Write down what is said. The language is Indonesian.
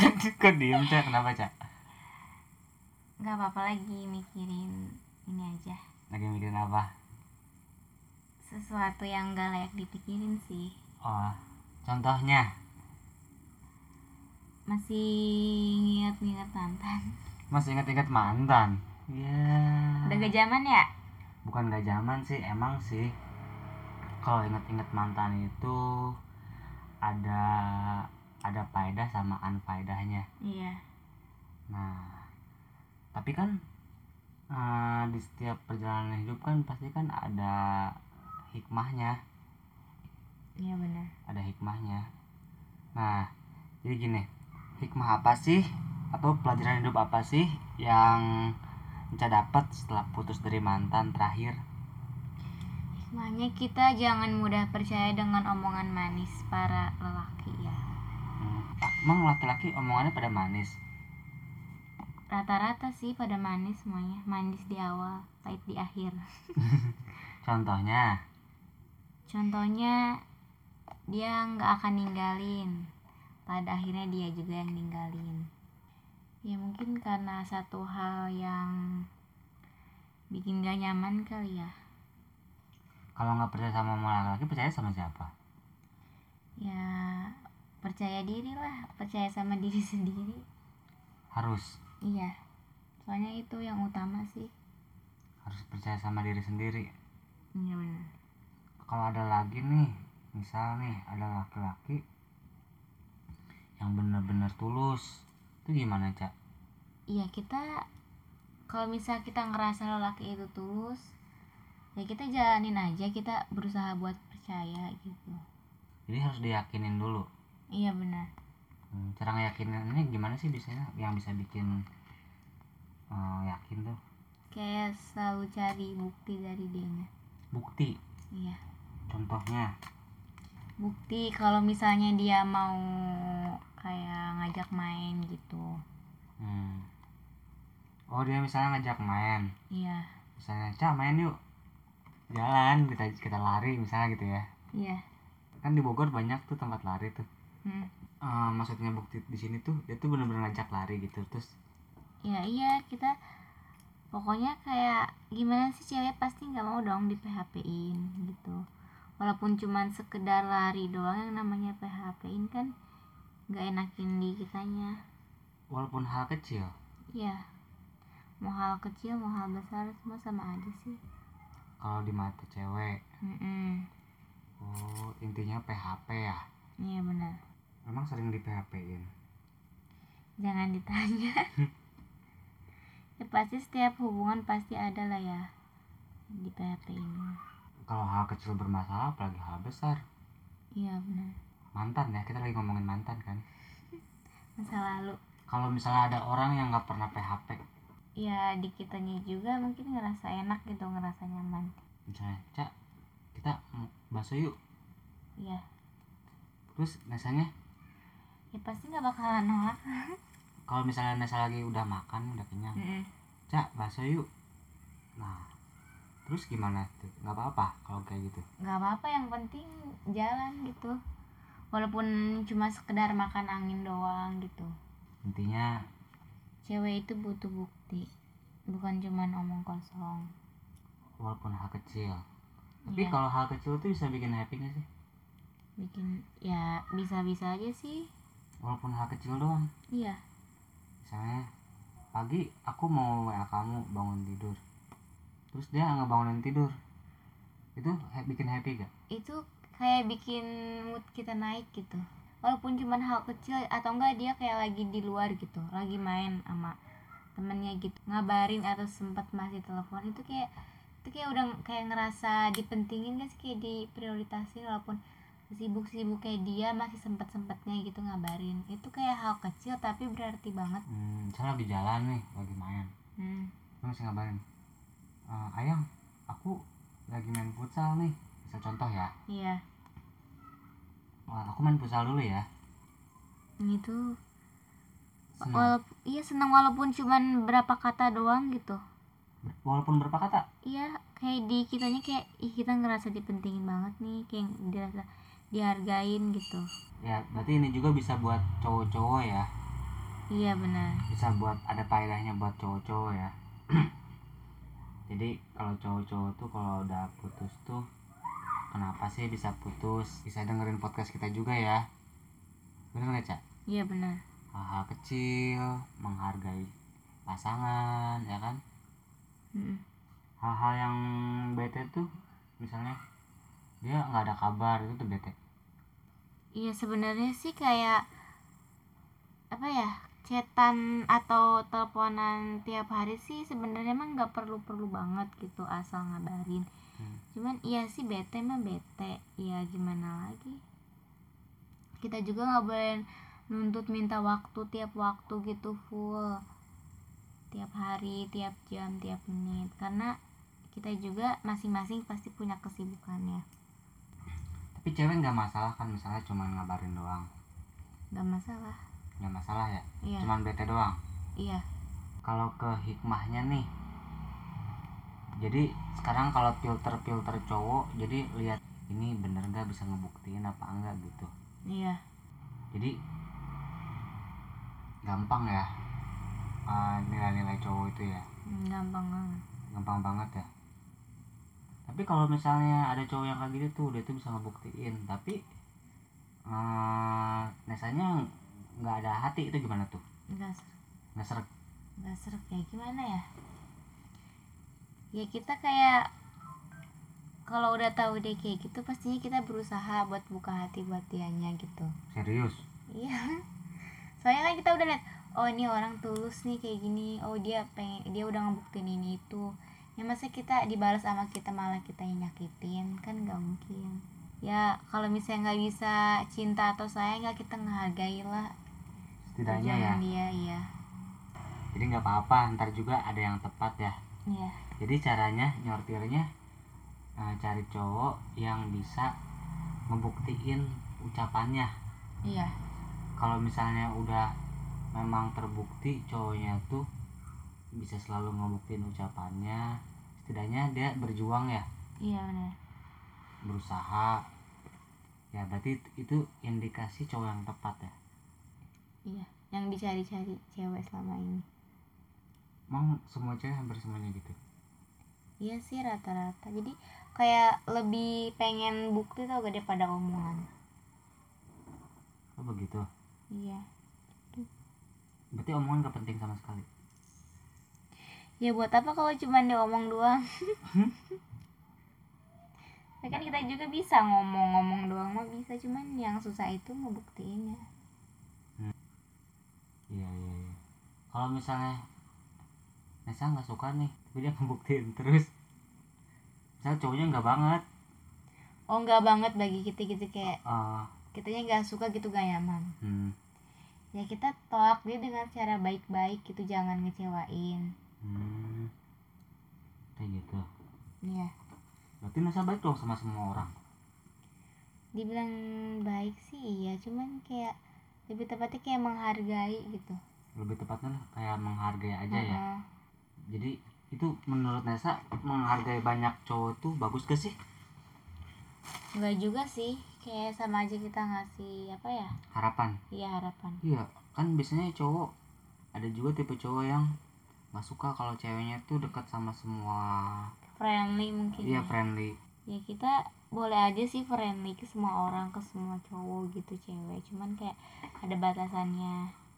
Kok diem cak kenapa cak? nggak apa-apa lagi mikirin ini aja Lagi mikirin apa? sesuatu yang nggak layak dipikirin sih Oh, contohnya masih nginget-nginget mantan masih ingat-ingat mantan. Ya. udah gak zaman ya Bukan gak zaman sih, emang sih. Kalau ingat-ingat mantan itu ada ada faedah sama unfaedahnya. iya Nah, tapi kan eh, di setiap perjalanan hidup kan pasti kan ada hikmahnya, iya benar ada hikmahnya. Nah, jadi gini, hikmah apa sih atau pelajaran hidup apa sih yang Enca dapat setelah putus dari mantan terakhir? hikmahnya kita jangan mudah percaya dengan omongan manis para lelaki ya Hmm, Emang laki-laki omongannya pada manis. rata-rata sih pada manis semuanya manis di awal pahit di akhir Contohnya, contohnya dia nggak akan ninggalin pada akhirnya dia juga yang ninggalin ya mungkin karena satu hal yang bikin gak nyaman kali ya kalau nggak percaya sama omongan laki-laki percaya sama siapa? ya percaya diri lah percaya sama diri sendiri Harus iya soalnya itu yang utama sih harus percaya sama diri sendiri. iya benar kalau ada lagi nih misal nih ada laki-laki yang bener-bener tulus itu gimana cak iya kita kalau misal kita ngerasa lelaki itu tulus ya kita jalanin aja kita berusaha buat percaya gitu jadi harus diyakinin dulu iya benar Hmm, cara ngeyakininnya gimana sih biasanya yang bisa bikin eh, yakin tuh kayak selalu cari bukti dari dianya bukti iya contohnya bukti kalau misalnya dia mau kayak ngajak main gitu Hmm. oh dia misalnya ngajak main iya misalnya cak main yuk jalan kita kita lari misalnya gitu ya iya kan di Bogor banyak tuh tempat lari tuh hmm. Eh, maksudnya bukti di sini tuh dia tuh bener-bener ngajak lari gitu terus ya iya kita pokoknya kayak gimana sih cewek pasti nggak mau dong di PHP-in gitu walaupun cuman sekedar lari doang yang namanya PHP-in kan nggak enakin di kitanya walaupun hal kecil iya mau hal kecil mau hal besar semua sama aja sih kalau di mata cewek Mm-mm. oh intinya PHP ya iya benar emang sering di PHP in jangan ditanya ya pasti setiap hubungan pasti ada lah ya di PHP ini kalau hal kecil bermasalah apalagi hal besar iya benar mantan ya kita lagi ngomongin mantan kan masa lalu kalau misalnya ada orang yang nggak pernah PHP ya di kitanya juga mungkin ngerasa enak gitu ngerasa nyaman misalnya cak kita mau bakso yuk ya terus biasanya ya pasti nggak bakalan nolak kalau misalnya Nesa lagi udah makan udah kenyang cak bakso yuk nah terus gimana tuh nggak apa-apa kalau kayak gitu nggak apa-apa yang penting jalan gitu walaupun cuma sekedar makan angin doang gitu intinya cewek itu butuh bukti bukan cuman omong kosong walaupun hal kecil tapi Iya. kalau hal kecil tuh bisa bikin happy nggak sih bikin ya bisa-bisa aja sih walaupun hal kecil doang iya misalnya pagi aku mau WA kamu bangun tidur terus dia nggak bangunin tidur itu ha- bikin happy gak itu kayak bikin mood kita naik gitu walaupun cuman hal kecil atau enggak dia kayak lagi di luar gitu lagi main sama temennya gitu ngabarin atau sempat masih telepon itu kayak itu kayak udah kayak ngerasa dipentingin guys kayak diprioritasin walaupun sibuk-sibuk kayak dia masih sempet-sempetnya gitu ngabarin itu kayak hal kecil tapi berarti banget hmm, misalnya lagi jalan nih lagi main hmm. terus masih ngabarin "Eh, ayang aku lagi main futsal nih misal contoh ya iya "Eh, aku main futsal dulu ya itu Seneng. Gitu. walaupun iya seneng walaupun cuman berapa kata doang gitu walaupun berapa kata Iya, kayak di kitanya kayak ih kita ngerasa dipentingin banget nih, kayak dirasa dihargain gitu. ya berarti ini juga bisa buat cowok-cowok ya iya benar bisa buat ada faedahnya buat cowok-cowok ya jadi kalau cowok-cowok tuh kalau udah putus tuh kenapa sih bisa putus bisa dengerin podcast kita juga ya bener nggak cak iya benar hal-hal kecil menghargai pasangan ya kan Mm-mm. hal-hal yang bete tuh misalnya dia nggak ada kabar itu tuh bete iya sebenarnya sih kayak apa ya chatan atau teleponan tiap hari sih sebenarnya emang nggak perlu perlu banget gitu asal ngabarin Hmm. cuman iya sih bete mah bete ya gimana lagi kita juga nggak boleh nuntut minta waktu tiap waktu gitu full tiap hari tiap jam tiap menit karena kita juga masing-masing pasti punya kesibukannya tapi cewek nggak masalah kan misalnya cuman ngabarin doang nggak masalah nggak masalah ya iya cuman bete doang iya kalau ke hikmahnya nih jadi sekarang kalau filter filter cowok jadi lihat ini bener nggak bisa ngebuktiin apa enggak gitu iya jadi gampang ya eh, nilai-nilai cowok itu ya Hmm, gampang banget gampang banget ya tapi kalau misalnya ada cowok yang kayak gitu tuh dia tuh bisa ngebuktiin tapi eh biasanya nggak ada hati itu gimana tuh nggak ser- nggak seret nggak serap ya gimana ya ya kita kayak kalau udah tahu dia kayak gitu pastinya kita berusaha buat buka hati buat dianya gitu serius iya soalnya kan kita udah lihat oh ini orang tulus nih kayak gini oh dia pengen dia udah ngebuktiin ini itu ya masa kita dibalas sama kita malah kita yang nyakitin kan nggak mungkin ya kalau misalnya nggak bisa cinta atau sayang ya kita ngehargai lah setidaknya ya perjuangan dia iya jadi nggak apa-apa ntar juga ada yang tepat ya iya jadi caranya nyortirnya eh, cari cowok yang bisa ngebuktiin ucapannya iya kalau misalnya udah memang terbukti cowoknya tuh bisa selalu ngebuktiin ucapannya setidaknya dia berjuang ya Iya benar. berusaha ya berarti it- itu indikasi cowok yang tepat ya Iya, yang dicari-cari cewek selama ini. emang semua cewek hampir semuanya gitu Iya sih rata-rata. Jadi kayak lebih pengen bukti tau gak daripada omongan. oh begitu Iya. berarti omongan gak penting sama sekali Ya buat apa kalau cuma diomong doang? Ya kan kita juga bisa ngomong-ngomong doang mah bisa cuman yang susah itu ya. ngebuktiinnya. iya iya iya kalau misalnya Nesa nggak suka nih tapi dia ngebuktiin terus misalnya cowoknya nggak banget Oh enggak banget bagi kita gitu kayak eh, kitanya nggak suka gitu gak nyaman. hmm, Ya kita tolak dia dengan cara baik-baik gitu jangan ngecewain. hmm, kayak gitu Iya. berarti Nesa baik dong sama semua orang dibilang baik sih iya cuman kayak lebih tepatnya kayak menghargai gitu lebih tepatnya lah, kayak menghargai aja ya Heeh. jadi itu menurut Nesa menghargai banyak cowok tuh bagus gak sih nggak juga sih kayak sama aja kita ngasih apa ya harapan iya harapan iya kan biasanya cowok ada juga tipe cowok yang nggak suka kalau ceweknya tuh dekat sama semua friendly mungkin iya ya. friendly ya kita boleh aja sih friendly ke semua orang ke semua cowok gitu cewek cuman kayak ada batasannya